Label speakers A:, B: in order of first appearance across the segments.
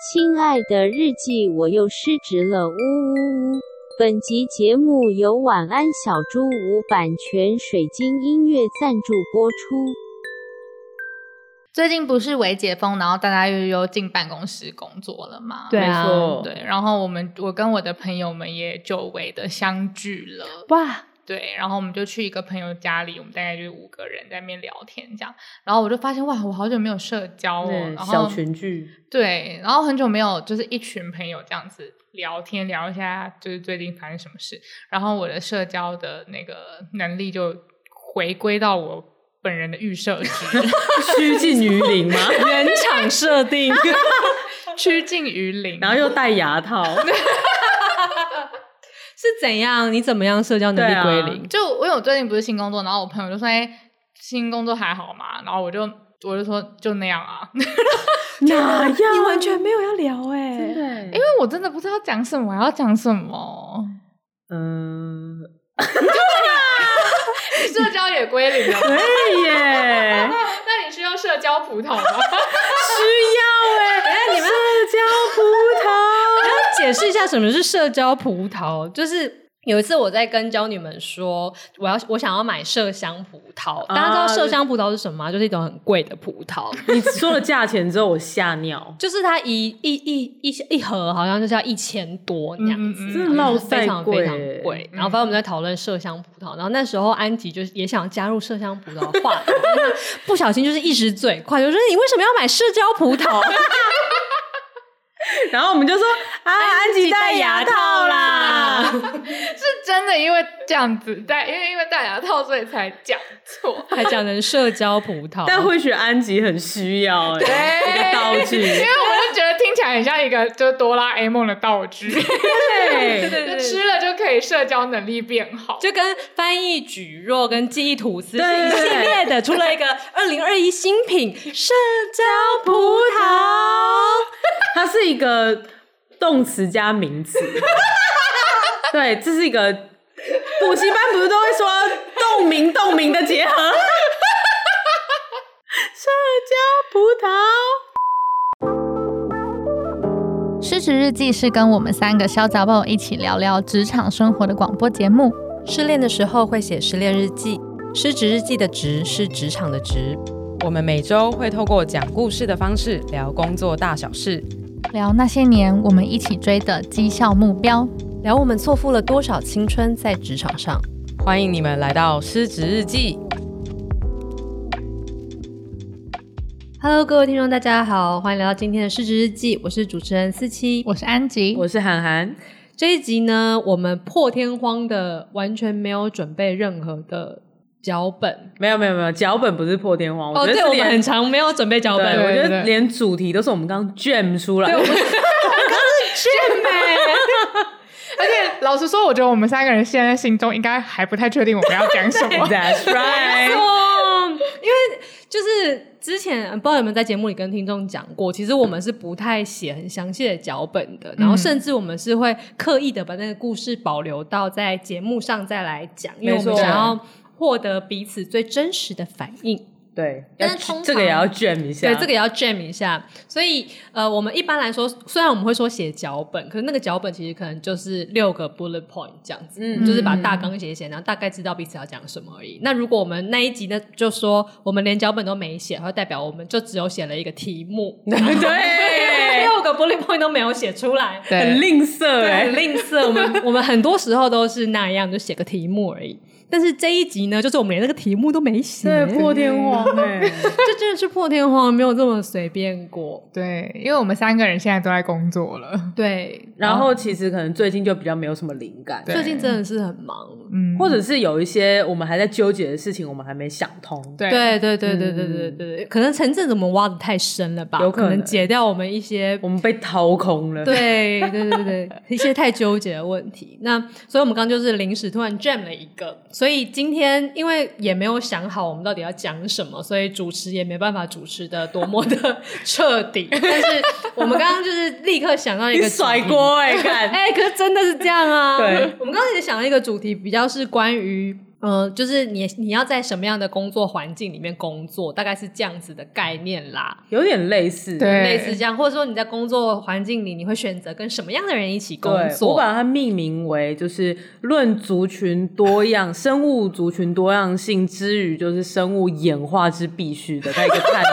A: 亲爱的日记，我又失职了，呜呜呜！本集节目由晚安小猪屋版权水晶音乐赞助播出。
B: 最近不是微解封，然后大家又又进办公室工作了嘛？
C: 对啊
D: 没错
B: 对，然后我们我跟我的朋友们也久违的相聚了，
C: 哇，
B: 对，然后我们就去一个朋友家里，我们大概就是五个人在那边聊天这样，然后我就发现哇，我好久没有社交哦，
D: 对
B: 然后
D: 小群聚，
B: 对，然后很久没有就是一群朋友这样子聊天，聊一下就是最近发生什么事，然后我的社交的那个能力就回归到我本人的预设值，
D: 趋近于零吗？
C: 原厂设定，
B: 趋近于零，
D: 然后又戴牙套，
C: 是怎样？你怎么样社交能力归零？
B: 啊就我有最近不是新工作，然后我朋友就说：“哎、新工作还好嘛？”然后我就我就说就那样啊， 因
D: 啊哪样？
C: 你完全没有要聊哎、
D: 真的欸？因
B: 为我真的不知道讲什么，我要讲什么，
D: 嗯，
B: 社交也归零 了。
D: 对哎耶，
B: 那你需要社交葡 萄吗？
D: 需要哎，你们社交葡萄。
C: 我要解释一下什么是社交葡萄，就是。有一次我在跟娇女们说，我要我想要买麝香葡萄，大家知道麝香葡萄是什么吗？就是一种很贵的葡萄，
D: 你说了价钱之后，我吓尿，
C: 就是它一一一一一盒好像就是要一千多那样子，
B: 嗯嗯嗯
D: 真的落
C: 非
D: 塞
C: 常
D: 贵
C: 非
D: 欸
C: 常贵。然后反正我们在讨论麝香葡萄，然后那时候安吉就是也想加入麝香葡萄的话题，但是他不小心就是一时嘴快，就说你为什么要买社交葡萄？
D: 然后我们就说啊，安吉戴牙套啦，
B: 是真的因为这样子戴，因为因为戴牙套，所以才讲错。
C: 还讲成社交葡萄，
D: 但或许安吉很需要哎，一个道 具，
B: 因为我就觉得听起来很像一个就是哆啦 A 梦的道 具，就
D: 对
C: 对对
B: 吃了就可以社交能力变好。
C: 就跟翻译举弱跟记忆吐司是
D: 对
C: 一
D: 对
C: 系
D: 对
C: 列的，出了一个二零二一新 品社交葡萄。
D: 它是一个动词加名词。 对，这是一个补习班不是都会说动名动名的结合？社交葡萄，
B: 失职日记是跟我们三个小杂宝一起聊聊职场生活的广播节目。
E: 失恋的时候会写失恋日记，失职日记的职是职场的职。
F: 我们每周会透过讲故事的方式聊工作大小事，
B: 聊那些年我们一起追的绩效目标。
E: 聊我们错付了多少青春在职场上。
F: 欢迎你们来到失职日记。
E: Hello，各位听众，大家好，欢迎来到今天的失职日记，我是主持人思琪。
B: 我是安吉，
D: 我是涵涵，
E: 这一集呢，我们破天荒的完全没有准备任何的脚本。
D: 没有没有没有，脚本不是破天荒，
E: 哦，
D: 觉得
E: 对，
D: 是
E: 我们
D: 连
E: 很长没有准备脚
D: 对，
E: 本，
D: 我觉
B: 对对
D: 得连主题都是我们刚 jam 出来
E: 对，
D: 的
E: 我。们
B: 而且老实说，我觉得我们三个人现在心中应该还不太确定我们要讲什 么。
D: That's right，
E: 错，因为就是之前嗯不知道有没有在节目里跟听众讲过，其实我们是不太写很详细的脚本的，
D: 嗯
E: 然后甚至我们是会刻意的把那个故事保留到在节目上再来讲，因为我们
D: 没错
E: 想要获得彼此最真实的反应。
D: 对，要
E: 但是通常
D: 这个也要 jam 一下，
E: 对，这个也要 jam 一下。所以，呃，我们一般来说，虽然我们会说写脚本，可是那个脚本其实可能就是六个 bullet point 这样子，
D: 嗯
E: 就是把大纲写一写，然后大概知道彼此要讲什么而已。那如果我们那一集呢，就说我们连脚本都没写，然后代表我们就只有写了一个题目，
D: 对，
E: 六个 bullet point 都没有写出来。
D: 很吝啬哎
E: 很，吝啬，我们 我们很多时候都是那样，就写个题目而已。但是这一集呢，就是我们连那个题目都没写，
D: 对，破天荒哎，
E: 这真的是破天荒，没有这么随便过。
B: 对，因为我们三个人现在都在工作了，
E: 对，
D: 然后其实可能最近就比较没有什么灵感，
B: 对
E: 最近真的是很忙。
B: 嗯，
D: 或者是有一些我们还在纠结的事情，我们还没想通。
B: 对
E: 对对对对对对对对，可能前阵子我们挖的太深了吧？
D: 嗯有可
E: 可
D: 能
E: 解掉我们一些
D: 我们被掏空 了。，
E: 对对对对一些太纠结的问题。那所以我们刚刚就是临时突然 jam 了一个，所以今天因为也没有想好我们到底要讲什么，所以主持也没办法主持的多么的 彻底。但是我们刚刚就是立刻想到一
D: 你
E: 个
D: 甩
E: 主题
D: 锅哎、欸，看，
E: 哎、可是真的是这样啊！
D: 对，
E: 我们刚刚也想了一个主题，比较是关于
C: 嗯，就是你你要在什么样的工作环境里面工作，大概是这样子的概念啦，
D: 有点类似。
B: 对
C: 类似这样，或者说你在工作环境里，你会选择跟什么样的人一起工
D: 对，我
C: 作？
D: 把它命名为就是论族群多样、生物族群多样性之余，就是生物演化之必须的那一个探讨。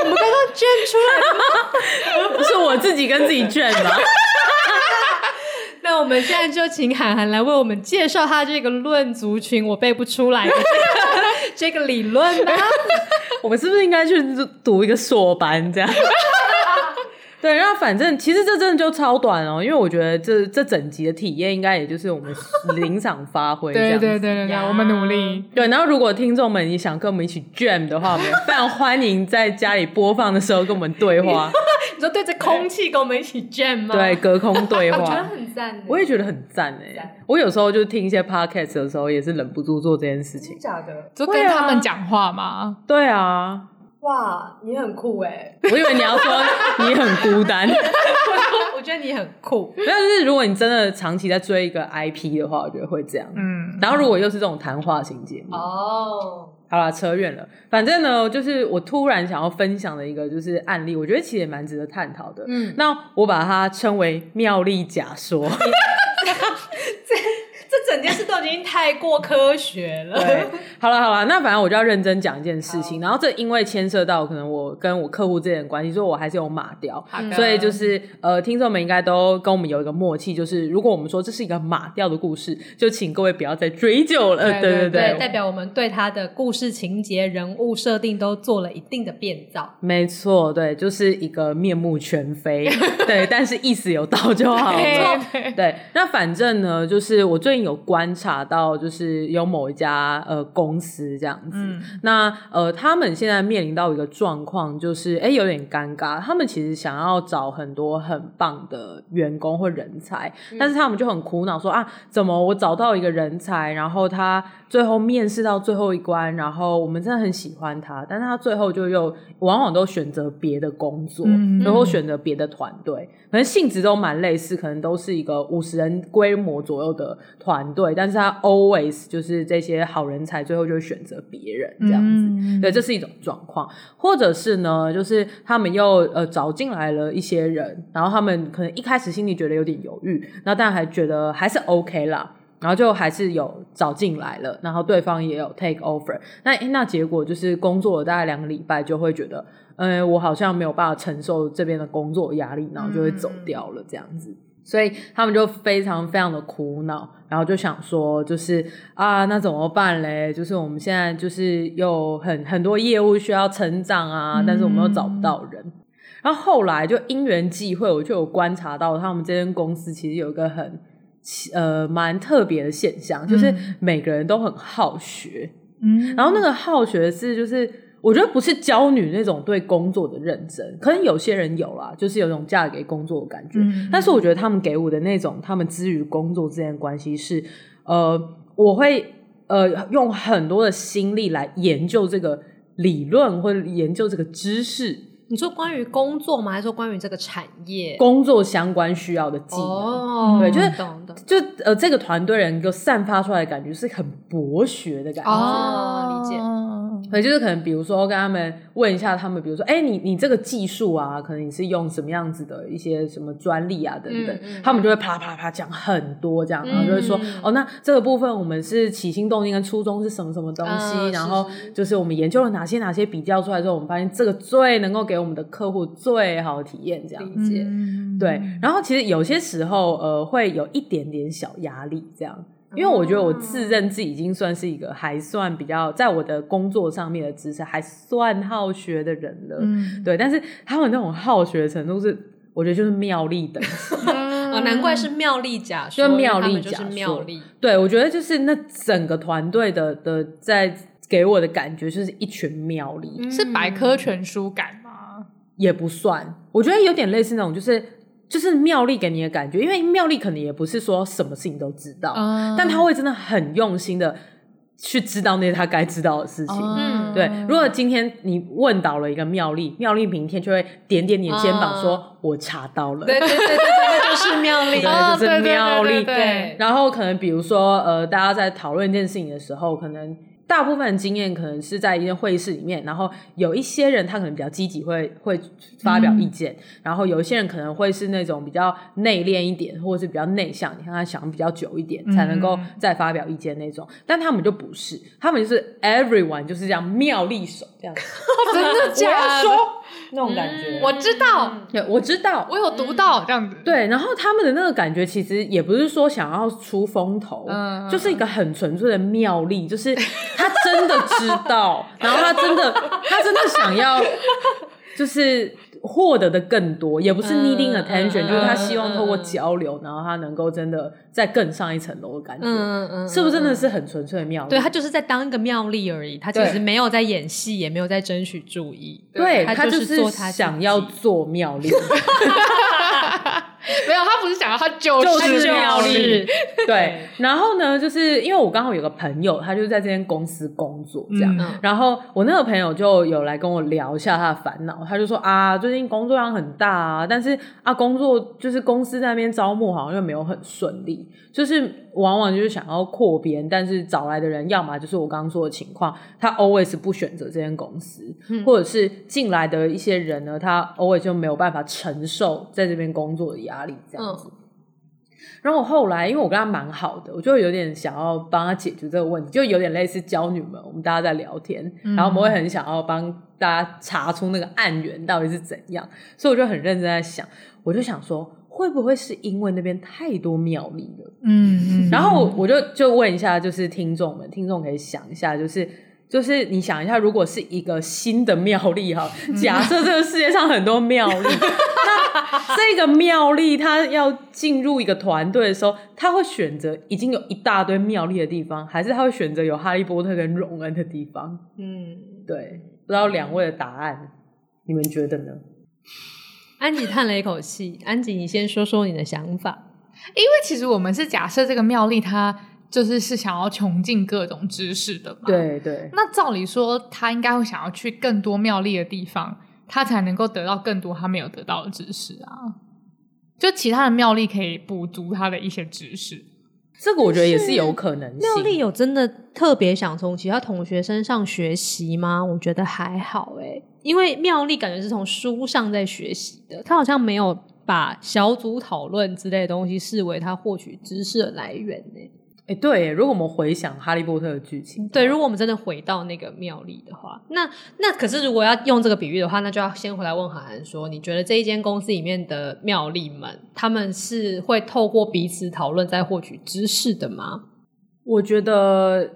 C: 我们刚刚捐出来 的
D: 不 是我自己跟自己卷吗？
C: 那我们现在就请涵涵来为我们介绍他这个论族群，我背不出来的 这个这个理论啊吧。
D: 我们是不是应该去读一个硕班这样？ 对，然后反正其实这真的就超短哦，因为我觉得这这整集的体验应该也就是我们临场发挥这样
B: 对
D: 子。
B: 对对对对，我们努力。
D: 对，然后如果听众们你想跟我们一起 jam 的话，我们也非常欢迎在家里播放的时候跟我们对话，
C: 你说对着空气跟我们一起 jam 吗？
D: 对，，隔空对
C: 我觉
D: 话。
C: 得很赞。
D: 我也觉得很赞哎、我有时候就听一些 podcast 的时候，也是忍不住做这件事情。
C: 假的？
B: 就跟他们讲话嘛，
D: 对啊，
C: 哇，你很酷哎！
D: 我以为你要说你很孤单。
C: 我觉得你很酷。
D: 没有，就是如果你真的长期在追一个 IP 的话，我觉得会这样。
B: 嗯，
D: 然后如果又是这种谈话型节目，
C: 哦，
D: 好啦，扯远了。反正呢，就是我突然想要分享的一个就是案例，我觉得其实也蛮值得探讨的。
C: 嗯，
D: 那我把它称为妙丽假说，
C: 这整件事都已经太过科学
D: 对
C: 了。，
D: 好了好了，那反正我就要认真讲一件事情。然后这因为牵涉到可能我跟我客户之间的关系，所以我还是有码掉。
B: 好的
D: 所以就是呃，听众们应该都跟我们有一个默契，就是如果我们说这是一个码掉的故事，就请各位不要再追究了。
B: 对
D: 对
B: 对
D: 对，
C: 代表我们对他的故事情节、人物设定都做了一定的变造。
D: 没错，对，就是一个面目 全非，对，但是意思有到就好了。
B: 对
D: 对，那反正呢，就是我最近有观察到，就是有某一家呃公司这样子，
B: 嗯
D: 那呃，他们现在面临到一个状况，就是哎、诶有点尴尬。他们其实想要找很多很棒的员工或人才，但是他们就很苦恼说啊，怎么我找到一个人才，然后他最后面试到最后一关，然后我们真的很喜欢他，但是他最后就又往往都选择别的工作，
B: 嗯
D: 然后选择别的团队，可能性质都蛮类似，可能都是一个五十人规模左右的团队，但是他 always 就是这些好人才最后就会选择别人这样子。
B: 嗯
D: 对，这是一种状况，或者是呢，就是他们又呃找进来了一些人，然后他们可能一开始心里觉得有点犹豫，那但还觉得还是 OK 啦，然后就还是有找进来了，然后对方也有 take over，那诶那结果就是工作了大概两个礼拜，就会觉得，呃，我好像没有办法承受这边的工作压力，然后就会走掉了这样子。所以他们就非常非常的苦恼，然后就想说，就是啊，那怎么办嘞？就是我们现在就是有很很多业务需要成长啊，但是我们又找不到人。
B: 嗯
D: 然后后来就因缘际会，我就有观察到他们这间公司其实有一个很奇呃蛮特别的现象，就是
B: 嗯
D: 每个人都很好学。
B: 嗯
D: 然后那个好学是就是。我觉得不是娇女那种对工作的认真，可能有些人有啦，就是有种嫁给工作的感觉。
B: 嗯
D: 但是我觉得他们给我的那种，他们之于工作之间的关系是，呃，我会呃用很多的心力来研究这个理论或者研究这个知识，
C: 你说关于工作吗？还是说关于这个产业？
D: 工作相关需要的技能。
C: 哦，
D: 对就是
C: 懂懂。
D: 就呃，这个团队人就散发出来的感觉是很博学的感觉。
C: 哦理解
B: 解。
D: 对，就是可能比如说跟他们问一下他们，比如说，哎、你你这个技术啊，可能你是用什么样子的一些什么专利啊等等，
C: 嗯嗯
D: 他们就会啪啦啪啦啪啦讲很多这样，然后就会说，
C: 嗯
D: 哦，那这个部分我们是起心动念跟初衷是什么什么东西，
C: 嗯
D: 然
C: 是
D: 后
C: 是
D: 就是我们研究了哪些哪些比较出来之后，我们发现这个最能够给我们的客户最好的体验这样
C: 理
D: 子。
C: 解
B: 嗯
D: 对，然后其实有些时候，呃，会有一点点小压力，这样，因为我觉得我
B: 啊
D: 自认自己已经算是一个还算比较在我的工作上面的知识还算好学的人了，
B: 嗯，
D: 对，但是他们那种好学的程度是，我觉得就是妙丽等级，
C: 哦，
B: 哦
C: 难怪是妙丽假说，
D: 就妙
C: 因
D: 丽
C: 为他们就
D: 假
C: 是
D: 说
C: 妙丽。
D: 对我觉得就是那整个团队的的在给我的感觉就是一群妙丽，
B: 是百
C: 嗯
B: 科全书感吗？
D: 也不算，我觉得有点类似那种，就是就是妙丽给你的感觉，因为妙丽可能也不是说什么事情都知道，
B: 啊
D: 但她会真的很用心的去知道那些他该知道的事情。
B: 嗯，
D: 对，如果今天你问到了一个妙丽，妙丽明天就会点点你的肩膀说：“我查到了。”
C: 对对对对，那就是妙 丽。
D: 对，就
B: 哦对对
D: 是妙
B: 对
D: 丽。
B: 对 对
D: 然后可能比如说，呃，大家在讨论一件事情的时候，可能大部分的经验可能是在一间会议室里面，然后有一些人他可能比较积极会，会发表
B: 嗯
D: 意见，然后有一些人可能会是那种比较内敛一点，或者是比较内向，你看他想比较久一点才能够
B: 嗯
D: 再发表意见那种，但他们就不是，他们就是 everyone 就是这样妙丽手这样子，
B: 真的假的？
D: 那种感觉。
B: 我知道，
C: 嗯
D: 对我知道，
B: 我有读到这样子。
D: 对，然后他们的那个感觉其实也不是说想要出风头，
B: 嗯
D: 就是一个很纯粹的妙力，就是他真的知道，然后他真的他真的想要，就是获得的更多，也不是 needing
C: 嗯
D: attention，、
C: 嗯
D: 就是他希望透过
C: 嗯嗯
D: 交流，然后他能够真的再更上一层楼的感觉，
C: 嗯嗯，
D: 是不是真的是很纯粹的妙力？
C: 对他就是在当一个妙丽而已，他其
D: 对
C: 实没有在演戏，也没有在争取注意。
D: 对
C: 他
D: 他
C: 就是是做他自己
D: 想要做妙 力，
B: 没有，他不是想要，他就
D: 就是妙
B: 妙
D: 丽
B: 丽。
D: 对，然后呢，就是因为我刚好有个朋友，他就是在这间公司工作这样，
B: 嗯
D: 然后我那个朋友就有来跟我聊一下他的烦恼，他就说啊，最近工作量很大啊，但是啊，工作就是公司那边招募好像又没有很顺利，就是往往就是想要扩编，但是找来的人要么就是我刚刚说的情况，他 always 不选择这间公司，或者是进来的一些人呢，他 always 就没有办法承受在这边工作的压力这样子。然后我后来，因为我跟他蛮好的，我就有点想要帮他解决这个问题，就有点类似娇女们，我们大家在聊天，然后我们会很想要帮大家查出那个案源到底是怎样，所以我就很认真在想，我就想说，会不会是因为那边太多妙丽了？
B: 嗯嗯
D: 然后我就就问一下，就是听众们，听众可以想一下，就是就是你想一下，如果是一个新的妙丽哈，
C: 嗯
D: 假设这个世界上很多妙丽， 那这个妙丽她要进入一个团队的时候，她会选择已经有一大堆妙丽的地方，还是她会选择有哈利波特跟荣恩的地方？
C: 嗯，
D: 对，不知道两位的答案，你们觉得呢？
C: 安吉叹了一口气，安吉，你先说说你的想法。
B: 因为其实我们是假设这个妙丽她就是是想要穷尽各种知识的嘛。。
D: 对对，
B: 那照理说，她应该会想要去更多妙丽的地方，她才能够得到更多她没有得到的知识啊。就其他的妙丽可以补足她的一些知识。
D: 这个我觉得也是有可能性。
C: 妙丽有真的特别想从其他同学身上学习吗？我觉得还好诶、因为妙丽感觉是从书上在学习的，她好像没有把小组讨论之类的东西视为她获取知识的来源欸呢、
D: 哎，对耶，如果我们回想哈利波特的剧情，
C: 对，如果我们真的回到那个妙丽的话，那那可是如果要用这个比喻的话，那就要先回来问韩寒说，你觉得这一间公司里面的妙丽们，他们是会透过彼此讨论再获取知识的吗？
D: 我觉得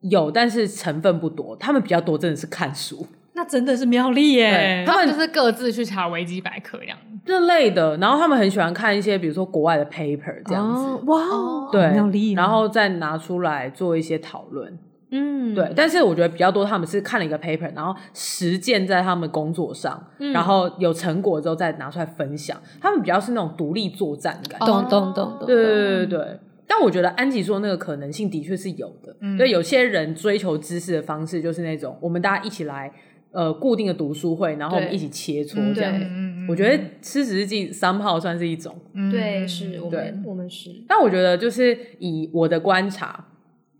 D: 有，但是成分不多。他们比较多真的是看书
C: 那真的是妙丽耶！
D: 他们
B: 就是各自去查维基百科这样。
D: 这类的，然后他们很喜欢看一些比如说国外的 paper 这样子，
C: 哦哇哦，
D: 对
C: 妙丽，，
D: 然后再拿出来做一些讨论。
C: 嗯，
D: 对，但是我觉得比较多他们是看了一个 paper，然后实践在他们工作上，
C: 嗯
D: 然后有成果之后再拿出来分享。他们比较是那种独立作战的感觉。
B: 哦
C: 懂懂懂懂，
D: 对对对对。但我觉得安吉说那个可能性的确是有的，
B: 嗯
D: 所以有些人追求知识的方式就是那种我们大家一起来，呃，固定的读书会，然后我们
C: 对
D: 一起切磋
B: 嗯
D: 这样子。
B: 嗯嗯嗯
D: 我觉得吃食记三炮算是一种，
B: 嗯
C: 对，
B: 嗯
C: 是我
D: 对
C: 们我们是
D: 但我觉得就是以我的观察，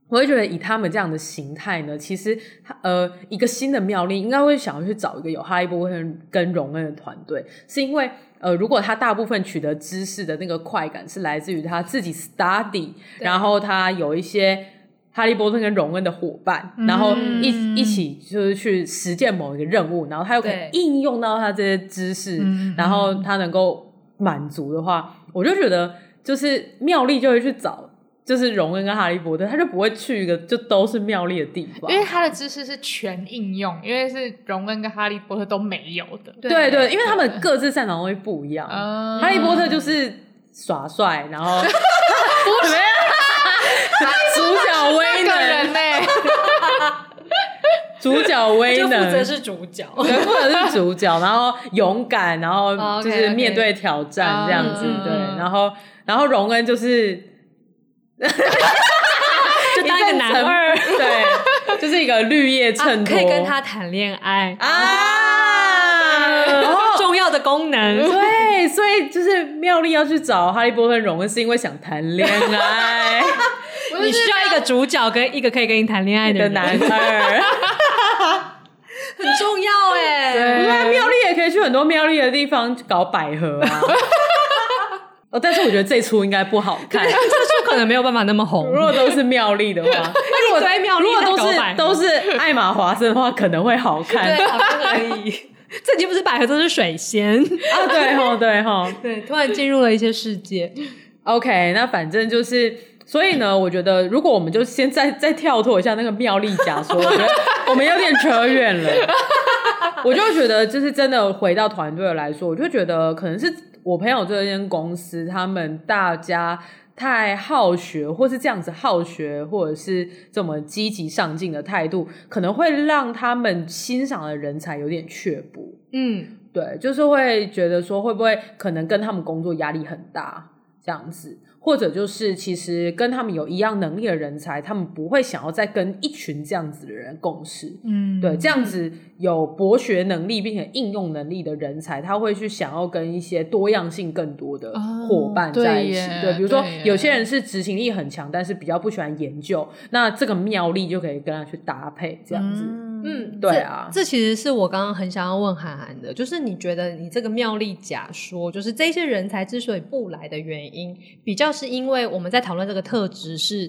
D: 我会觉得以他们这样的形态呢，其实呃，一个新的妙丽应该会想要去找一个有哈利波特跟荣恩的团队，是因为呃，如果他大部分取得知识的那个快感是来自于他自己 study，然后他有一些。哈利波特跟荣恩的伙伴，然后一、
B: 嗯
D: 一起就是去实践某一个任务，然后他又可以
C: 对
D: 应用到他这些知识，
B: 嗯
D: 然后他能够满足的话，我就觉得就是妙丽就会去找，就是荣恩跟哈利波特，他就不会去一个就都是妙丽的地方。
B: 因为他的知识是全应用，因为是荣恩跟哈利波特都没有的。
C: 对
D: 对对，因为他们各自擅长的东西不一样。
B: 嗯
D: 哈利波特就是耍帅，然 后怎么样？主角威
B: 那个人
D: 能，
B: 呢、
D: 主角威
C: 就负
D: 能
C: 责是主角，
D: 对，或者是主角，然后勇敢，然后
C: 哦
D: 就
C: ，OK，
D: 是
C: OK
D: 面对挑战这样子，
C: 嗯嗯
D: 对
B: 嗯，
D: 然后然后荣恩就是就
C: 当一个男
D: 二，对，就是一个绿叶衬托、
E: 啊可以跟他谈恋爱，
C: 哦
D: 啊。
E: 重要的功能。
D: 对，所以就是妙丽要去找哈利波特荣恩，是因为想谈恋爱
E: 你需要一个主角跟一个可以跟你谈恋爱的
D: 的
E: 人，
D: 男二。
E: 很重要哎、
D: 对啊，妙丽也可以去很多妙丽的地方搞百合 啊。哦，但是我觉得这出应该不好看。
E: 这出可能没有办法那么红
D: 如。果都是妙丽的话，如果
E: 一堆妙丽
D: 如果都
E: 在搞
D: 是
E: 百合
D: 都是艾玛华森的话，可能会好看
E: 对，
D: 啊。
E: 好像可以。这集不是百合，都是水仙。
D: 啊对吼，对吼。
E: 对，突然进入了一些世界。
D: OK，那反正就是，所以呢，我觉得如果我们就先再再跳脱一下那个妙丽假说，我觉得我们有点扯远了。我就觉得，就是真的回到团队来说，我就觉得可能是我朋友这间公司，他们大家太好学，或是这样子好学，或者是这么积极上进的态度，可能会让他们欣赏的人才有点却步。
E: 嗯，
D: 对，就是会觉得说会不会可能跟他们工作压力很大这样子，或者就是其实跟他们有一样能力的人才，他们不会想要再跟一群这样子的人共事。
B: 嗯，
D: 对，这样子有博学能力并且应用能力的人才，他会去想要跟一些多样性更多的
B: 哦
D: 伙伴在一起。
B: 对耶
D: 对，比如说
B: 对耶
D: 有些人是执行力很强，但是比较不喜欢研究，那这个妙力就可以跟他去搭配这样子。
E: 嗯，
D: 对啊
E: 这，这其实是我刚刚很想要问韩寒的，就是你觉得你这个妙丽假说，就是这些人才之所以不来的原因，比较是因为我们在讨论这个特质是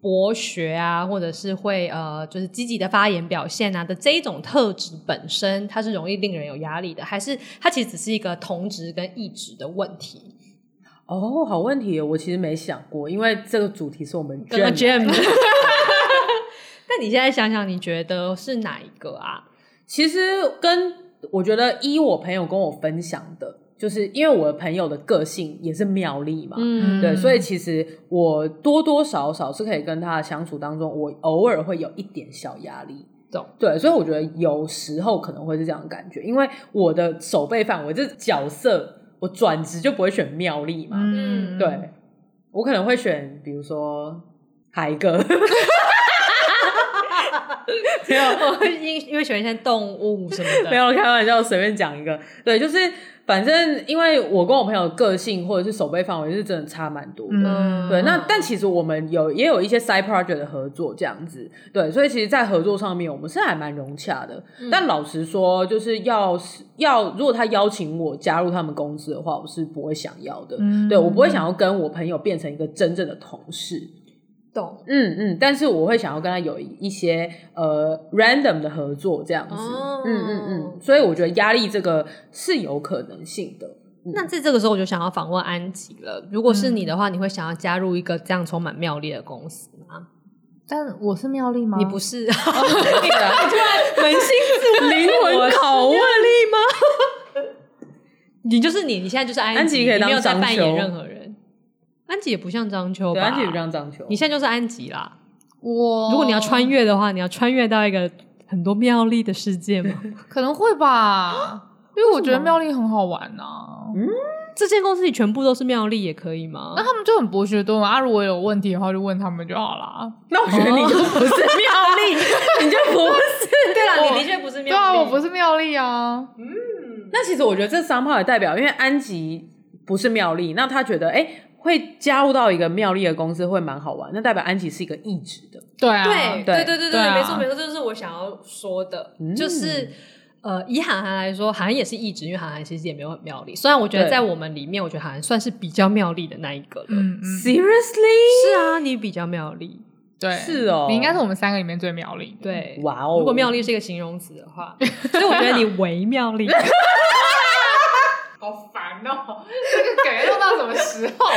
E: 博学啊，或者是会呃，就是积极的发言表现啊的这一种特质本身，它是容易令人有压力的，还是它其实只是一个同值跟异值的问题？
D: 哦，好问题耶，我其实没想过，因为这个主题是我们
E: 刚刚
D: Jen 来
E: Jam。那你现在想想，你觉得是哪一个啊？
D: 其实跟我觉得依我朋友跟我分享的，就是因为我的朋友的个性也是妙丽嘛，
E: 嗯
D: 对，所以其实我多多少少是可以跟他的相处当中，我偶尔会有一点小压力。
E: 懂
D: 对，所以我觉得有时候可能会是这样的感觉，因为我的手背范围，这角色我转职就不会选妙丽嘛，
B: 嗯，
D: 对我可能会选，比如说海哥。没有，
E: 因因为喜欢一些动物什么的，
D: 没有开玩笑，随便讲一个。对，就是反正因为我跟我朋友个性或者是手背范围是真的差蛮多的。
B: 嗯
D: 对，那但其实我们有也有一些 side project 的合作这样子，对，所以其实，在合作上面我们是还蛮融洽的。
E: 嗯
B: 嗯
D: 但老实说，就是要是要如果他邀请我加入他们公司的话，我是不会想要的。
B: 嗯
D: 对我不会想要跟我朋友变成一个真正的同事。
E: 懂
D: 嗯嗯，但是我会想要跟他有一些呃 random 的合作这样子。
E: 哦
D: 嗯嗯嗯，所以我觉得压力这个是有可能性的。
E: 那在这个时候，我就想要访问安吉了。如果是你的话，你会想要加入一个这样充满妙力的公司吗？
B: 但我是妙丽吗？
E: 你不是，
D: 扪心自灵魂拷问，
E: 你就是你，你现在就是安吉，
D: 安吉可以
E: 你没有
D: 当
E: 在
D: 张
E: 扮演
D: 秋
E: 任何人。安吉也不像张秋
D: 对，啊
E: 吧？
D: 安吉不让张球，
E: 你现在就是安吉啦。
B: 我
E: 如果你要穿越的话，你要穿越到一个很多妙力的世界吗？
B: 可能会 吧，因为我觉得妙丽很好玩呐、嗯
E: 这间公司里全部都是妙力，也可以吗
B: 那？他们就很博学多闻啊，如果有问题的话就问他们就好啦。
D: 那我觉得你就不是妙丽，你就不是。
E: 对啦，
B: 我
E: 你的确不是妙力。
B: 对啊，我不是妙丽啊，
D: 那其实我觉得这三炮也代表，因为安吉不是妙丽，那他觉得哎、诶会加入到一个妙丽的公司会蛮好玩，那代表安吉是一个意志的。
B: 对啊，
E: 对
D: 对
E: 对对对
B: 对啊
E: 没错没错，这就是我想要说的，
D: 嗯
E: 就是。呃，以韩寒来说，韩寒也是一直，因为韩寒其实也没有很妙丽。虽然我觉得
D: 对
E: 在我们里面，我觉得韩寒算是比较妙丽的那一个了。
B: 嗯嗯，
D: Seriously？
E: 是啊，你比较妙丽。
B: 对，
D: 是哦
B: 你应该是我们三个里面最妙丽的，
E: 对，
D: 哇哦！
E: 如果妙丽是一个形容词的话，所以我觉得你为妙丽。
B: 好烦哦， 这个梗要用到什么时候 啊？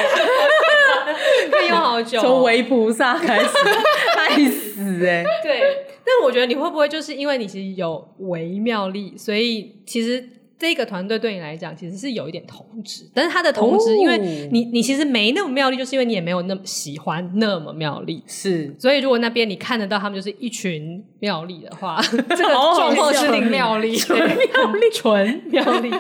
E: 可以用好久哦、
D: 从维菩萨开 始，害死哎、
E: 对，但我觉得你会不会就是因为你其实有微妙力，所以其实这个团队对你来讲其实是有一点同质，但是他的同质，
D: 哦
E: 因为你你其实没那么妙力，就是因为你也没有那么喜欢那么妙力。
D: 是
E: 所以，如果那边你看得到他们就是一群妙 力的话，这个
D: 好好
E: 状况 是
D: 笑
E: 挺妙力，纯妙力，纯妙力。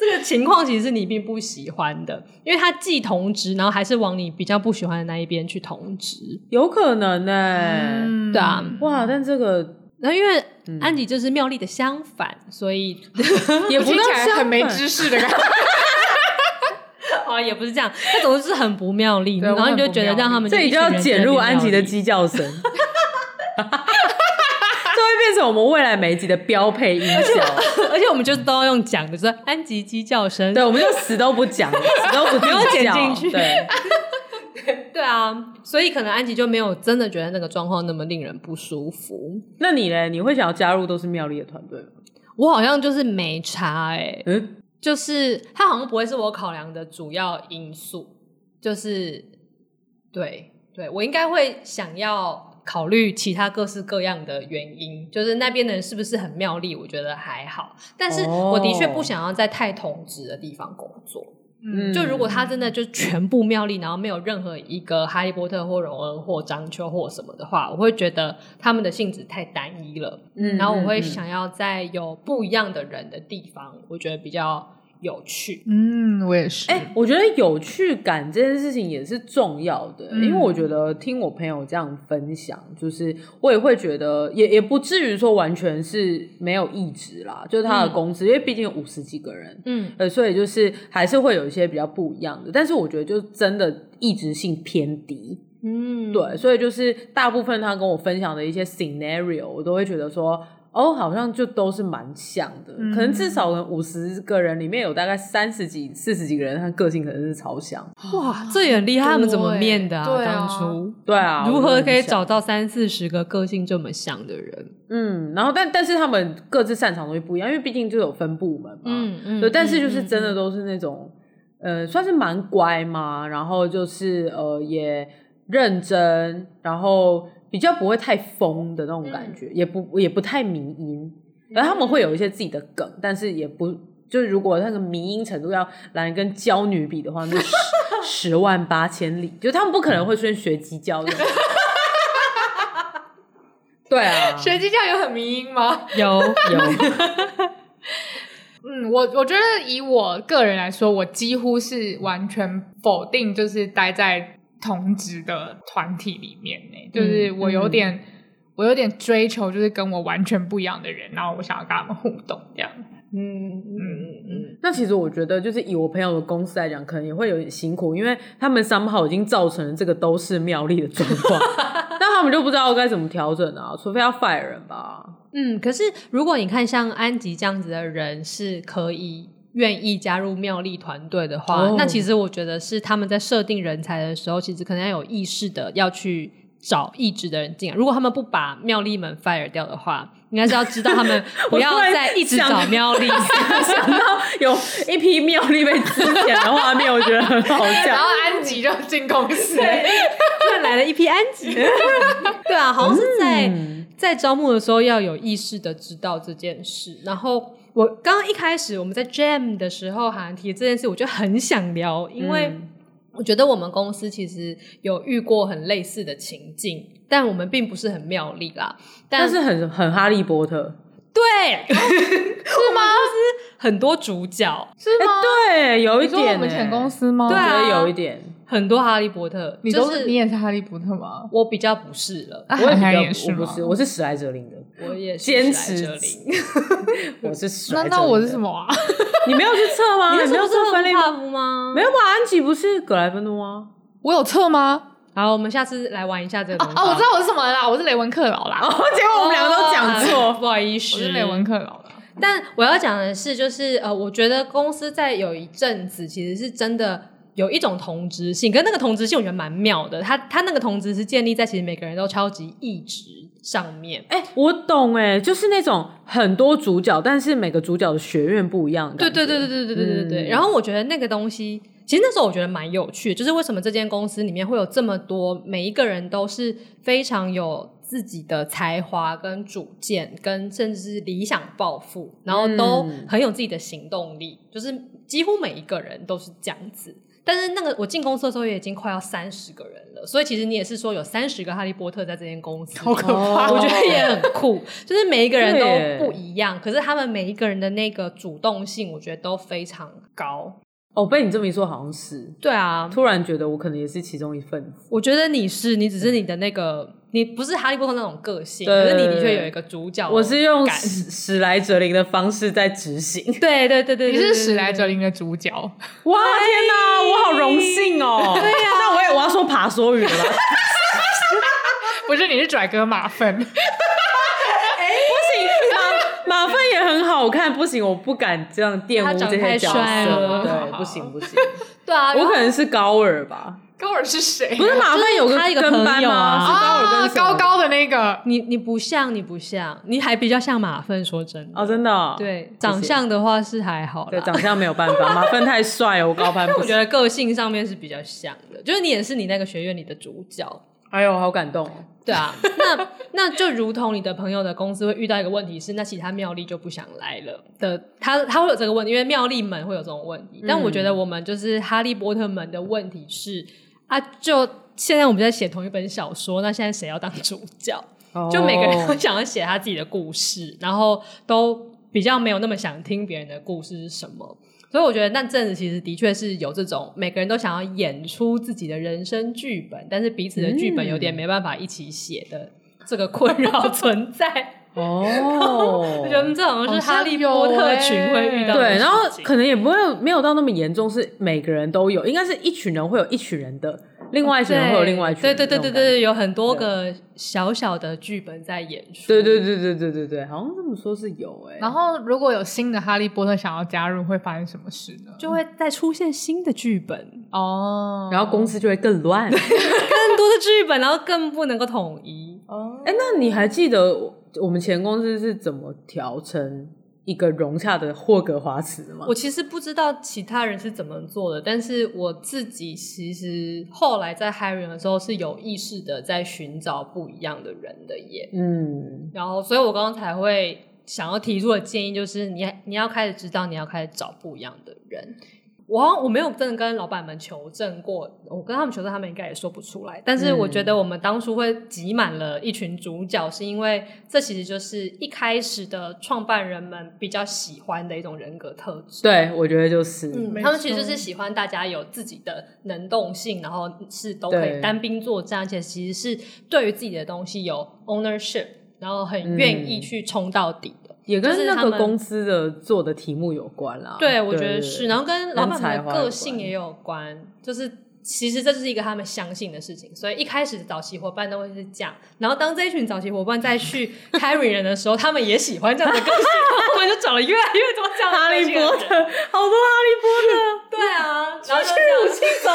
E: 这个情况其实是你并不喜欢的，因为它既同值，然后还是往你比较不喜欢的那一边去同值。
D: 有可能呢、
E: 对啊，
B: 嗯
D: 哇，但这个
E: 然后因为
D: 嗯
E: 安吉就是妙丽的相反，所以
D: 也
B: 我
D: 不
B: 听
D: 能
B: 起来很没知
D: 识。
B: 识的感觉。
E: 啊也不是这样，那总之是很不妙丽。
B: 对我
E: 然后你就
B: 很不
E: 觉得
B: 妙
E: 让
B: 丽
E: 他们
D: 这里
E: 一
D: 就
E: 群
D: 要
E: 人
D: 减
E: 在
D: 入
E: 那边
D: 安吉的
E: 妙丽
D: 鸡叫声，这会变成我们未来每一集的标配音效。
E: 而且我们就是都要用讲的，就是安吉鸡叫声。
D: 对，我们就死都不 讲，死都不不
E: 用剪进去
D: 对，
E: 对啊，所以可能安吉就没有真的觉得那个状况那么令人不舒服。
D: 那你嘞？你会想要加入都是妙丽的团队吗？
E: 我好像就是没差哎、
D: 嗯，
E: 就是它好像不会是我考量的主要因素，就是对对，我应该会想要考虑其他各式各样的原因，就是那边的人是不是很妙丽，我觉得还好，但是
D: 哦
E: 我的确不想要在太同质的地方工作。
D: 嗯
E: 就如果他真的就全部妙丽，然后没有任何一个哈利波特或荣恩或章丘或什么的话，我会觉得他们的性质太单一了。
D: 嗯
E: 然后我会
D: 嗯嗯
E: 想要在有不一样的人的地方，我觉得比较有趣。
B: 嗯，我也是。
D: 哎、我觉得有趣感这件事情也是重要的，
B: 嗯
D: 因为我觉得听我朋友这样分享，就是我也会觉得也也不至于说完全是没有意志啦，就是他的
E: 嗯
D: 公司，因为毕竟有五十几个人，
E: 嗯，
D: 呃，所以就是还是会有一些比较不一样的，但是我觉得就真的意志性偏低，
E: 嗯，
D: 对，所以就是大部分他跟我分享的一些 scenario，我都会觉得说，哦，好像就都是蛮像的，
B: 嗯
D: 可能至少五十个人里面有大概三十几、四十几个人，他个性可能是超像。
E: 哇，这也很厉害，他们怎么
B: 多欸
E: 面的
B: 对啊
E: 当初
D: 对啊，
E: 如
D: 我觉得
E: 何
D: 很
E: 可以
D: 像
E: 找到三四十个个性这么像的人？
D: 嗯，然后但但是他们各自擅长的东西不一样，因为毕竟就有分部门嘛。
E: 嗯嗯
D: 对，但是就
E: 嗯
D: 是
E: 嗯
D: 真的都是那种，呃，算是蛮乖嘛，然后就是呃也认真，然后比较不会太疯的那种
E: 嗯
D: 感觉，也不也不太迷音，而他们会有一些自己的梗，但是也不就是如果那个迷音程度要来跟娇女比的话，那 十十万八千里，就他们不可能会出现学鸡教 的。对啊，
B: 学鸡叫有很迷音吗？
E: 有有，
B: 嗯，我我觉得以我个人来说，我几乎是完全否定，就是待在同职的团体里面呢、
E: 嗯
B: 就是我有点、我有点追求，就是跟我完全不一样的人，然后我想要跟他们互动这样。
E: 嗯嗯嗯
D: 那其实我觉得，就是以我朋友的公司来讲，可能也会有点辛苦，因为他们三号已经造成了这个都是妙丽的状 况，那他们就不知道该怎么调整啊，除非要 fire 人吧。
E: 嗯，可是如果你看像安吉这样子的人是可以愿意加入妙丽团队的话，
D: 哦
E: 那其实我觉得是他们在设定人才的时候，其实可能要有意识的要去找意志的人进来。如果他们不把妙丽们 fire 掉的话，应该是要知道他 们不要
D: 突然
E: 再一直
D: 想
E: 找妙 丽。
D: 想到有一批妙丽被之前的画面，我觉得很好
B: 然
D: 笑
B: 后。安吉就进公司，欸
E: 突然来了一批安吉， 对啊，好像是在、
D: 嗯
E: 在招募的时候要有意识的知道这件事。然后我刚刚一开始我们在 Jam 的时候，好像提这件事，我就很想聊，因为
D: 嗯
E: 我觉得我们公司其实有遇过很类似的情境，但我们并不是很妙丽啦，
D: 但是很很哈利波特，
E: 对， 是吗？是很多主角，
B: 是
D: 哎、
B: 吗？
D: 对，有一
B: 你说
D: 点、
B: 我们前公
D: 司，
B: 司吗？
D: 我
E: 欸对
D: 觉
E: 啊
D: 得有一点，
E: 很多哈利波特，
B: 你都、
E: 就是是
B: 你也是哈利波特吗？
E: 我比较不是了，
B: 啊
D: 我也比
B: 涵涵
D: 较
B: 也是
D: 我不
B: 吗
D: 是，我是史莱哲林的，
E: 我也是
D: 坚
E: 史莱
D: 持
E: 哲林。
D: 我是史莱
B: 那
D: 哲林。
B: 那我是什？么啊？
D: 你没有去测吗？
E: 你那
D: 啊你没
E: 时
D: 有
E: 候
D: 测
E: 是
D: 分类
E: 分
D: 吗
E: 帕夫吗？
D: 没有吧？安吉不是格莱芬多吗？
B: 我有测吗？
E: 好，我们下次来玩一下这个
B: 啊
E: 东西。
B: 啊，我知道我是什么了啦，我是雷文克劳啦，
D: 嗯哦，结果我们两个都讲
E: 哦
D: 错。
E: 不好意
B: 我
E: 思，
B: 是雷文克劳啦。
E: 但我要讲的是，就是呃，我觉得公司在有一阵子其实是真的有一种同质性，跟那个同质性我觉得蛮妙的。它它那个同质是建立在其实每个人都超级意志上面。
D: 哎、我懂哎、就是那种很多主角，但是每个主角的学院不一样的
E: 对
D: 感觉。
E: 对对对对对对对对。
D: 嗯
E: 然后我觉得那个东西，其实那时候我觉得蛮有趣的，就是为什么这间公司里面会有这么多每一个人都是非常有自己的才华、跟主见、跟甚至是理想抱负，然后都
D: 嗯
E: 很有自己的行动力，就是几乎每一个人都是这样子。但是那个我进公司的时候也已经快要三十个人了，所以其实你也是说有三十个哈利波特在这间公司，好可
D: 怕
E: 我觉得也很酷，就是每一个人
D: 哦对
E: 都不一样，可是他们每一个人的那个主动性，我觉得都非常高。
D: 哦，被你这么一说，好像是。
E: 对啊，
D: 突然觉得我可能也是其中一份子，
E: 我觉得你是你只是你的那个，你不是哈利波特那种个性，
D: 对
E: 可是你的确有一个主角感。
D: 我是用史史莱哲林的方式在执行。
E: 对对对对，
B: 你
E: 对
B: 是
E: 对
B: 史
E: 对
B: 莱哲林的主角，
D: 哇，天哪，我好荣幸哦！对呀、那我也我要说爬梭语了吧，
B: 不是你是拽哥马粪，
D: 不行，马马粪也很好看，不行，我不敢这样玷
E: 他
D: 污
E: 长
D: 这些
E: 太
D: 角
E: 帅
D: 色，
E: 了
D: 对，不行不行，
E: 对啊，
D: 我
E: 然后
D: 可能是 高尔吧，
B: 高尔是谁？
D: 不是马粪有
E: 他一个
D: 跟班
E: 朋友
D: 吗？
E: 啊
D: 是高尔
B: 啊
D: 跟，谁
B: 高高的那个，
E: 你你不像你不像，你还比较像马粪，说真的。
D: 哦，真的哦、
E: 对，长相的话是还好
D: 对
E: 啦，
D: 长相没有办法，马粪太帅了，我高攀
E: 但
D: 不
E: 我觉
D: 行。
E: 得个性上面是比较像的，就是你也是你那个学院里的主角。
D: 哎呦，好感动、哦。
E: 对啊，那 那就如同你的朋友的公司会遇到一个问题是，那其他妙丽就不想来了的，他他会有这个问题，因为妙丽们会有这种问题。但我觉得我们就是哈利波特们的问题是啊，就现在我们在写同一本小说，那现在谁要当主角？就每个人都想要写他自己的故事，然后都比较没有那么想听别人的故事是什么。所以我觉得那阵子其实的确是有这种每个人都想要演出自己的人生剧本，但是彼此的剧本有点没办法一起写的这个困扰存在。
D: 哦
E: 我觉得嗯这好像是哈利波特群会遇到的
D: 对，然后
E: 事情
D: 可能也不会没有到那么严重，是每个人都有，应该是一群人会有一群人的，另外一群人会有另外一群
E: 对
D: 人的
E: 对对
D: 那种感
E: 对
D: 觉。
E: 对，有很多个小小的剧本在演出。
D: 对对对对对对对，好像这么说是有哎、
B: 然后如果有新的哈利波特想要加入，会发生什么事呢？
E: 就会再出现新的剧本，
B: 哦，
D: 然后公司就会更乱。
E: 更多的剧本，然后更不能够统一。
D: 哎、那你还记得我们前公司是怎么调成一个融洽的霍格华兹吗
E: 我？其实不知道其他人是怎么做的，但是我自己其实后来在 hiring 的时候是有意识的在寻找不一样的人的耶。
D: 嗯，
E: 然后，所以我刚刚才会想要提出的建议就是你，你要开始知道你要开始找不一样的人。我好像我没有真的跟老板们求证过，我跟他们求证，他们应该也说不出来。但是
D: 嗯
E: 我觉得我们当初会挤满了一群主角，是因为这其实就是一开始的创办人们比较喜欢的一种人格特质。
D: 对，我觉得就是，
E: 嗯，
B: 没
E: 他们其实就
B: 错
E: 是喜欢大家有自己的能动性，然后是都可
D: 对
E: 以单兵作战，而且其实是对于自己的东西有 ownership，然后很愿意
D: 嗯
E: 去冲到底的。
D: 也跟
E: 就是
D: 那
E: 他
D: 个
E: 们
D: 公司的做的题目有关啦。
E: 对，我觉得是，然后跟老板
D: 跟才
E: 们
D: 华
E: 的
D: 有
E: 个
D: 关
E: 性也有关，就是。其实这就是一个他们相信的事情，所以一开始早期伙伴都会是这样。然后当这一群早期伙伴再去 carry 人的时候，他们也喜欢这样的个性，然后我们就找了越来越多这样的
D: 哈
E: 个
D: 利
E: 性的
D: 波
E: 人
D: 特，好多哈利波特。
E: 对啊，然后就这样
D: 武器走。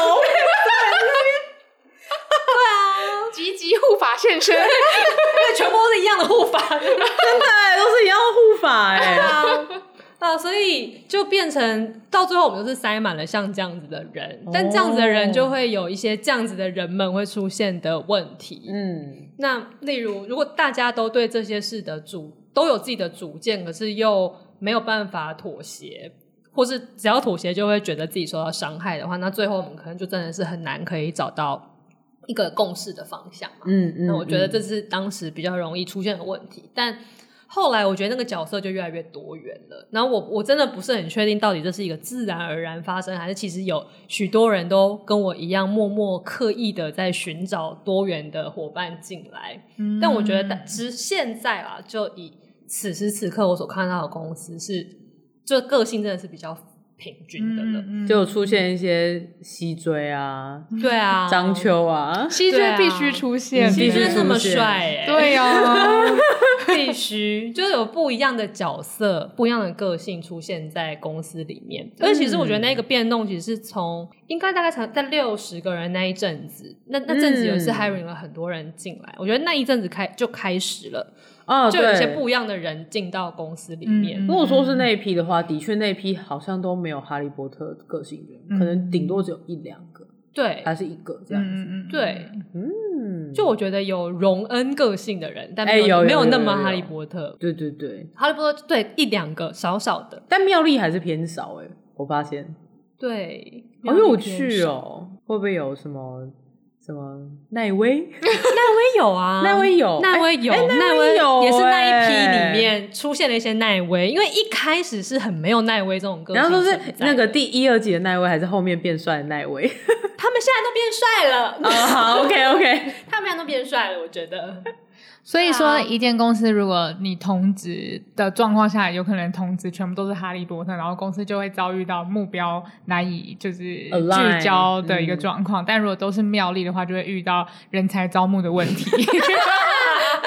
B: 积极护法现身，
E: 对，全部都是一样的护法。
D: 真的欸都是一样的护法哎、
E: 啊，所以就变成到最后，我们都是塞满了像这样子的人，但这样子的人就会有一些这样子的人们会出现的问题。
D: 嗯，
E: 那例如，如果大家都对这些事的主都有自己的主见，可是又没有办法妥协，或是只要妥协就会觉得自己受到伤害的话，那最后我们可能就真的是很难可以找到一个共识的方向嘛。
D: 嗯嗯
E: 那我觉得这是当时比较容易出现的问题，但后来我觉得那个角色就越来越多元了。然后我我真的不是很确定，到底这是一个自然而然发生，还是其实有许多人都跟我一样，默默刻意的在寻找多元的伙伴进来。
B: 嗯
E: 但我觉得
D: 嗯
E: 大，只现在啊，就以此时此刻我所看到的公司是，就个性真的是比较平均的了。
B: 嗯
D: 就有出现一些西追啊、
E: 对啊，
D: 章丘 啊，
B: 西
E: 对
B: 追
E: 啊
B: 必须出现，
D: 必
E: 必
D: 须
E: 须那么
D: 出现
E: 帅、欸，
B: 对哦 呀，
E: 必须，就是有不一样的角色、不一样的个性出现在公司里面。而且其实我
D: 嗯
E: 觉得那个变动，其实是从应该大概才在六十个人那一阵子，那那阵子有一次
D: 嗯
E: hiring 了很多人进来，我觉得那一阵子开就开始了，
D: 哦，
E: 就有一些
D: 对
E: 不一样的人进到公司里
B: 嗯
E: 面。
D: 如果说是那一批的话，的确那一批好像都没有哈利波特个性人，
B: 嗯
D: 可能顶多只有一两个，
E: 对
D: 还是一个这样子。啊
B: 嗯嗯嗯
E: 对，
D: 嗯，
E: 就我觉得有荣恩个性的人，但
D: 哎
E: 没有,、
D: 有有
E: 没
D: 有
E: 那么
D: 有有
E: 哈利波特。
D: 对对对，
E: 哈利波特对一两个少少的，
D: 但妙丽还是偏少哎、我发现
E: 对，
D: 好有趣
E: 哦。
D: 哦、会不会有什么什么奈威？
E: 奈威有啊，
D: 奈威有
E: 奈威有，
D: 哎哎奈
E: 奈
D: 威有
E: 也是那一
D: 哎
E: 批里面出现了一些奈威，因为一开始是很没有奈威这种个性
D: 然后
E: 存
D: 说
E: 在的，
D: 是那个第一、二集的奈威，还是后面变帅的奈威？
E: 他们现在都变帅了，
D: 哦， 好，OK OK，
E: 他们现在都变帅了，我觉得。
B: 所以
E: 啊
B: 说，一间公司如果你同职的状况下，有可能同职全部都是哈利波特，然后公司就会遭遇到目标难以就是
D: Align，
B: 聚焦的一个状况。但如果都是妙丽的话，就会遇到人才招募的问题。
D: 但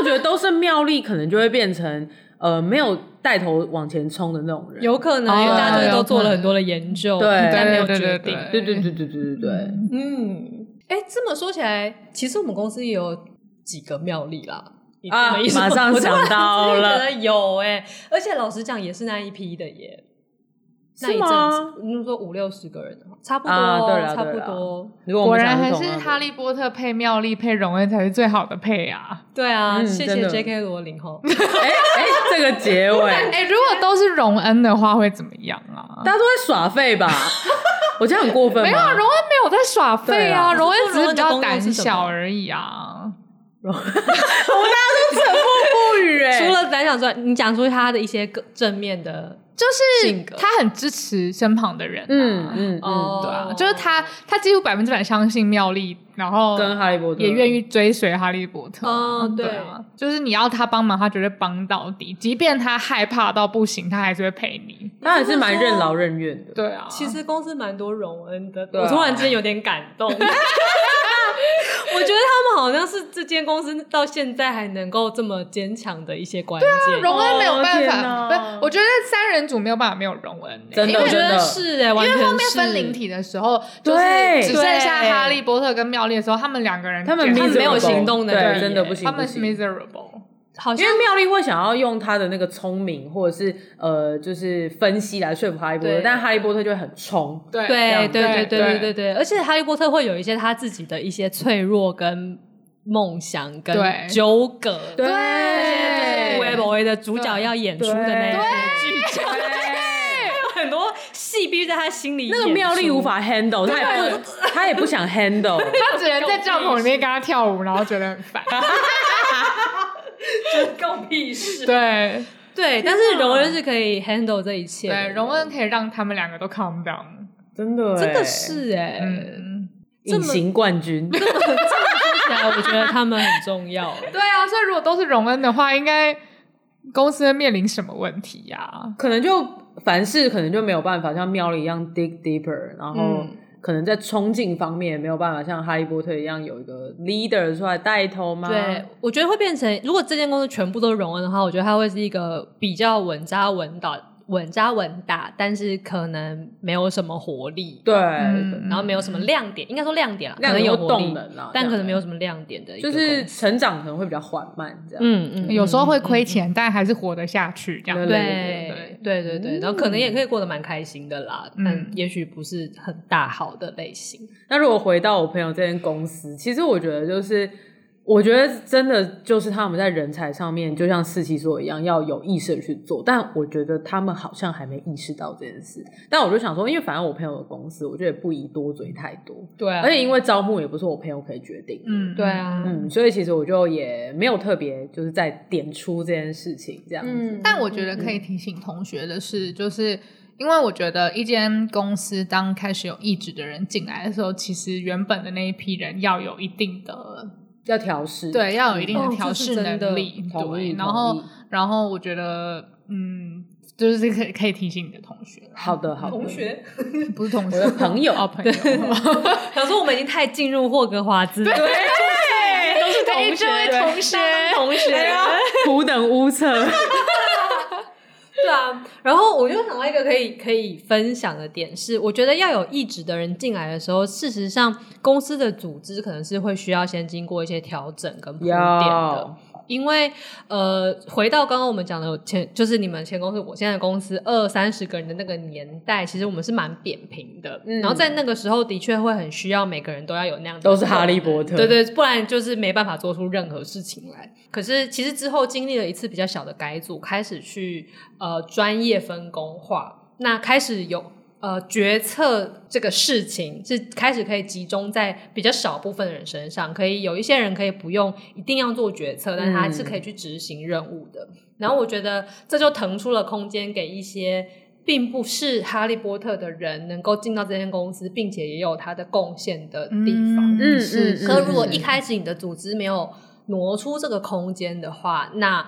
D: 我觉得都是妙丽，可能就会变成呃没有带头往前冲的那种人。
E: 有可能，
B: 哦
E: 因为大家就是
B: 有
E: 都
B: 可
E: 做了
B: 能
E: 很多的研究，
D: 对
E: 但没有
B: 对对对
E: 决定。
D: 对对对对对对对，
E: 嗯，哎，这么说起来，其实我们公司也有几个妙丽啦。你这
D: 啊
E: 么一说
D: 马上
E: 我突然
D: 想到
E: 之间
D: 了
E: 觉得有哎、而且老实讲，也是那一批的耶，那
D: 是
E: 一阵
D: 吗？
E: 子，你就说五六十个人的话，差不多，
D: 啊对啦
E: 差不
D: 对啦
E: 多，
D: 如果我
B: 果
D: 们
B: 然
D: 想啊
B: 还
D: 同
B: 是
D: 样的
B: 哈利波特配妙丽配荣恩才是最好的配啊！
E: 对啊，
D: 嗯
E: 谢
D: 真
E: 谢
D: 的
E: J.K. 罗琳哈，
D: 哎哎，这个结尾
B: 哎、如果都是荣恩的话，会怎么样啊？
D: 大家都在耍废 吧？我这样很过分
B: 没有，啊
D: 吗？
B: 荣恩没有在耍废啊，
D: 对啊
B: 荣恩只是比
E: 荣
B: 较
E: 恩的功
B: 胆
E: 用是什么
B: 小而已啊。
D: 不语 哎，
E: 除了咱讲说，你讲出他的一些个正面的，
B: 就是
E: 性格
B: 他很支持身旁的人、啊，
D: 嗯嗯嗯，
E: 哦
B: 对啊，就是他，他几乎百分之百相信妙丽，然后
D: 跟哈利波特
B: 也愿意追随哈利波特。
E: 哦对
B: 对啊，就是你要他帮忙，他绝对帮到底，即便他害怕到不行，他还是会陪你。
D: 他还是蛮任劳任怨的。
B: 对啊，
E: 其实公司蛮多荣恩的，
D: 哦啊
E: 我突然之间有点感 动。我觉得他们好像是这间公司到现在还能够这么坚强的一些关
D: 啊
E: 键，
B: 荣恩没有办
D: 哦天哪
B: 法，不是，我觉得三人组没有办法没有荣恩、欸，
D: 真的
B: 因为
E: 我
B: 我觉
E: 觉
B: 得
E: 得是哎，完
B: 因为后
E: 全
B: 面
E: 是
B: 分灵体的时候，就是
D: 对
B: 只剩下哈利波特跟妙丽的时候，他们两个人
D: 他们
B: 简直
E: 他们没有
D: miserable，
E: 行动能力
D: 对，
E: 耶
D: 真的不行，
B: 他们
D: 不行
B: miserable。
E: 好
D: 因
E: 像
D: 为妙丽会想要用她的那个聪明，或者是呃，就是分析来说服哈利波特，
E: 对
D: 但哈利波特就会很冲，
B: 对
E: 对对对对
B: 对
E: 对对对，而且哈利波特会有一些他自己的一些脆弱跟梦想跟
B: 对
E: 纠葛，
D: 对
E: 就是微博的主角要演出的那一些剧情，有 很多戏必须在他心里演
D: 那
E: 出。
D: 个妙丽无法 handle，她也不，她也不想 handle，
B: 他只能在帐篷里面跟他跳舞，然后觉得很烦。
E: 够屁事。
B: 对
E: 对，但是荣恩是可以 handle 这一切的，
B: 对，荣恩可以让他们两个都 calm down。
D: 真的欸
E: 真的是哎、
B: 嗯，
D: 隐形冠军，
E: 起来我觉得他们很重要。
B: 对啊，所以如果都是荣恩的话，应该公司会面临什么问题呀、
D: 可能就凡事可能就没有办法像妙丽一样 dig deeper，然后
E: 嗯
D: 可能在冲劲方面也没有办法像哈利波特一样有一个 leader 出来带头吗？
E: 对，我觉得会变成，如果这间公司全部都是荣恩的话，我觉得它会是一个比较稳扎稳打、稳扎稳打，但是可能没有什么活力，
D: 对，
B: 嗯
E: 然后没有什么亮点，应该说亮点啦，啊
D: 那
E: 可能有
D: 有
E: 活
D: 动
E: 力，
D: 能啊，
E: 但可能没有
D: 么，
E: 什么亮点的一个
D: 就
E: 公司，
D: 是成长可能会比较缓慢这样。
E: 嗯嗯，嗯
B: 有时候会亏钱，但还是活得下去这样。
D: 对
E: 对嗯对对对，然后可能也可以过得蛮开心的啦，
B: 嗯
E: 但也许不是很大好的类型。
D: 那如果回到我朋友这间公司，其实我觉得就是，我觉得真的就是他们在人才上面，就像四七说一样，要有意识的去做。但我觉得他们好像还没意识到这件事。但我就想说，因为反正我朋友的公司，我觉得也不宜多嘴太多，
E: 对啊
D: 而且因为招募也不是我朋友可以决定的。
B: 嗯，
E: 对啊
D: 嗯，所以其实我就也没有特别就是在点出这件事情这样子。
E: 嗯，
B: 但我觉得可以提醒同学的是，就是因为我觉得一间公司当开始有意志的人进来的时候，其实原本的那一批人要有一定的
D: 要调试，
B: 对，要有一定的
E: 哦
D: 嗯
E: 这
B: 调
E: 是
B: 试
E: 真的
B: 能力。
D: 同意
B: 对，然
D: 同
B: 后
D: 意
B: 然后我觉得嗯，就是可以可以提醒你的同学啦，
D: 好的好的，
E: 同学，
B: 不是同
D: 我的
B: 学，
D: 朋友
B: 哦，朋友。嗯
E: 想说我们已经太进入霍格华兹了，
D: 对，
E: 都是同学，
B: 对
E: 同学，同
D: 哎
E: 学，
D: 苦等无策。
E: 对啊。然后我就想到一个可以可以分享的点是，我觉得要有意志的人进来的时候，事实上公司的组织可能是会需要先经过一些调整跟铺垫的
D: 要。
E: 因为呃，回到刚刚我们讲的前，就是你们前公司，我现在的公司二三十个人的那个年代，其实我们是蛮扁平的。
D: 嗯
E: 然后在那个时候，的确会很需要每个人都要有那样的
D: 都是哈利波特，
E: 对对，不然就是没办法做出任何事情来。可是其实之后经历了一次比较小的改组，开始去呃专业分工化，那开始有呃决策这个事情是开始可以集中在比较少部分的人身上，可以有一些人可以不用一定要做决策，但他还是可以去执行任务的。然后我觉得这就腾出了空间给一些并不是哈利波特的人能够进到这间公司，并且也有他的贡献的地方。
D: 嗯
E: 是。
D: 嗯嗯
E: 可如果一开始你的组织没有挪出这个空间的话，那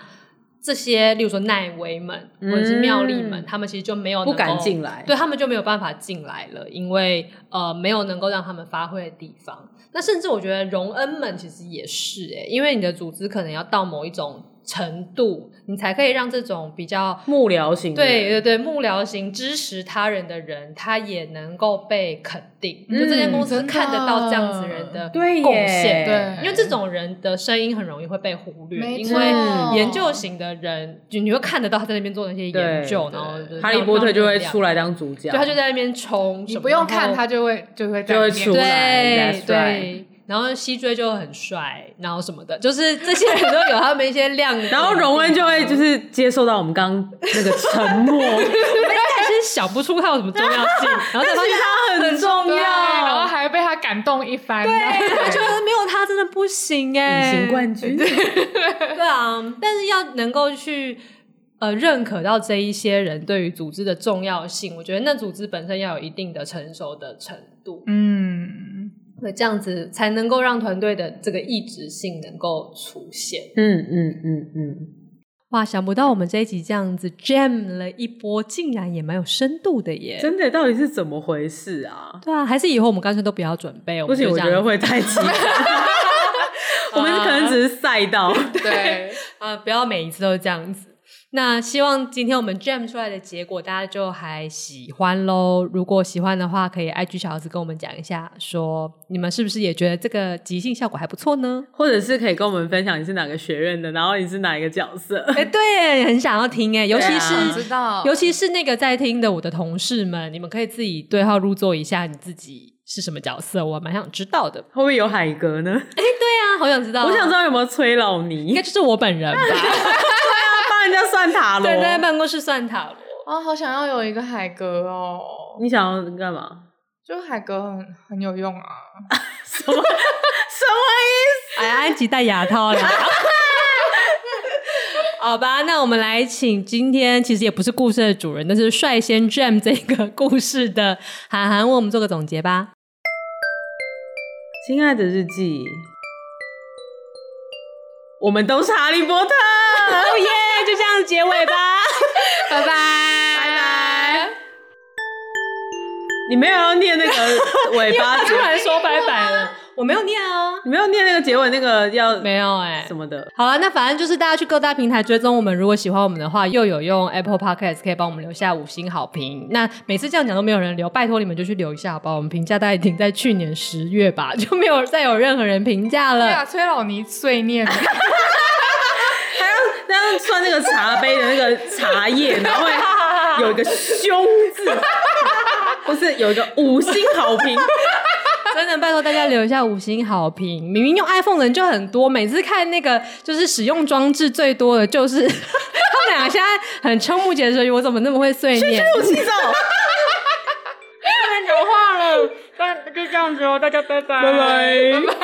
E: 这些，例如说奈维们或者是妙丽们，
D: 嗯
E: 他们其实就没有
D: 不
E: 能
D: 敢
E: 够
D: 进来。
E: 对他们就没有办法进来了，因为呃没有能够让他们发挥的地方。那甚至我觉得荣恩们其实也是诶、因为你的组织可能要到某一种程度，你才可以让这种比较
D: 幕僚型的
E: 对对对幕僚型支持他人的人，他也能够被肯定。
D: 嗯
E: 就这间公司
B: 真的
E: 看得到这样子人的
D: 对
E: 贡
D: 耶
E: 献，
B: 对
E: 因为这种人的声音很容易会被忽略，
B: 没
E: 因
B: 错
E: 为研究型的人，就你会看得到他在那边做那些研究，
D: 对
E: 然后就是
D: 哈利波特就会出来
E: 来，
D: 当主角，
E: 对，他就在那边冲，
B: 你不用看他
E: 就
B: 就会就会在
D: 就会
B: 里面
D: 出
E: 对
D: 来
E: 对
D: that's
E: 然后西追就很帅，然后什么的，就是这些人都有他们一些亮 点。
D: 然后荣恩就会就是接受到我们刚刚那个沉 默，
E: 但是想不出他有什么重要 性，然后才发现
D: 他很重
B: 对，然后
D: 要，
B: 还被他感动一番，对，
E: 他觉得没有他真的不行
D: 隐
E: 哎、
D: 形冠军，
E: 对啊，但是要能够去呃认可到这一些人对于组织的重要性，我觉得那组织本身要有一定的成熟的程度，
B: 嗯，
E: 那这样子才能够让团队的这个意志性能够出现。
D: 嗯嗯嗯嗯，
E: 哇，想不到我们这一集这样子 jam 了一波，竟然也蛮有深度的耶！
D: 真的到底是怎么回事啊？
E: 对啊，还是以后我们干脆都不要准备，我
D: 不
E: 们
D: 行，
E: 就
D: 我
E: 这
D: 觉
E: 样
D: 得会太 激动，我们可能只是赛道，
B: 对，
E: 啊、不要每一次都这样子。那希望今天我们 jam 出来的结果，大家就还喜欢喽。如果喜欢的话，可以 IG 小盒子跟我们讲一下，说你们是不是也觉得这个即兴效果还不错呢？
D: 或者是可以跟我们分享你是哪个学院的，然后你是哪一个角色，
E: 哎、对耶，很想要听哎，尤其是、
D: 对啊
B: 知道，
E: 尤其是那个在听的我的同事们，你们可以自己对号入座一下，你自己是什么角色，我蛮想知道的。
D: 会不会有海格呢？
E: 对啊，好想知道，
D: 我想知
E: 道，
D: 道有没有崔老
E: 应
D: 尼
E: 该就是我本人吧？
D: 帮人家算塔罗
E: 对，，在办公室算塔罗。
B: 哦，好想要有一个海格哦，
D: 你想要干嘛？
B: 就海格很很有用啊，
D: 什么什么
E: 哎，安吉戴牙套了。好吧，那我们来请今天其实也不是故事的主人，但是率先 Jam 这个故事的韩寒为我们做个总结吧。
D: 意思？亲爱的日记，我们都是哈利波特。
E: 哦耶，就这样结尾吧，
B: 拜拜，拜拜。
D: 你没有要念那个尾巴，
E: 突 然说拜拜了，我没有念啊，
D: 你没有念那个结尾那个要
E: 没有哎、
D: 什么的。
E: 好了，那反正就是大家去各大平台追踪我们，如果喜欢我们的话，又有用 Apple Podcast 可以帮我们留下五星好评。那每次这样讲都没有人留，拜托你们就去留一下好不好？我们评价大概停在去年十月吧，就没有再有任何人评价
B: 对
E: 了。
B: 啊，崔老尼碎念，
D: 那要算那个茶杯的那个茶叶，然后会有一个凶字，不是有一个五星好 评。
E: 真的拜托大家留一下五星好评。明明用 iPhone 的人就很多，每次看那个就是使用装置最多的就是 他们两个，现在很瞠目结舌，我怎么那么会碎念？
D: 我气走，
B: 太牛化了，那就这样子哦，大家拜拜，
D: 拜拜。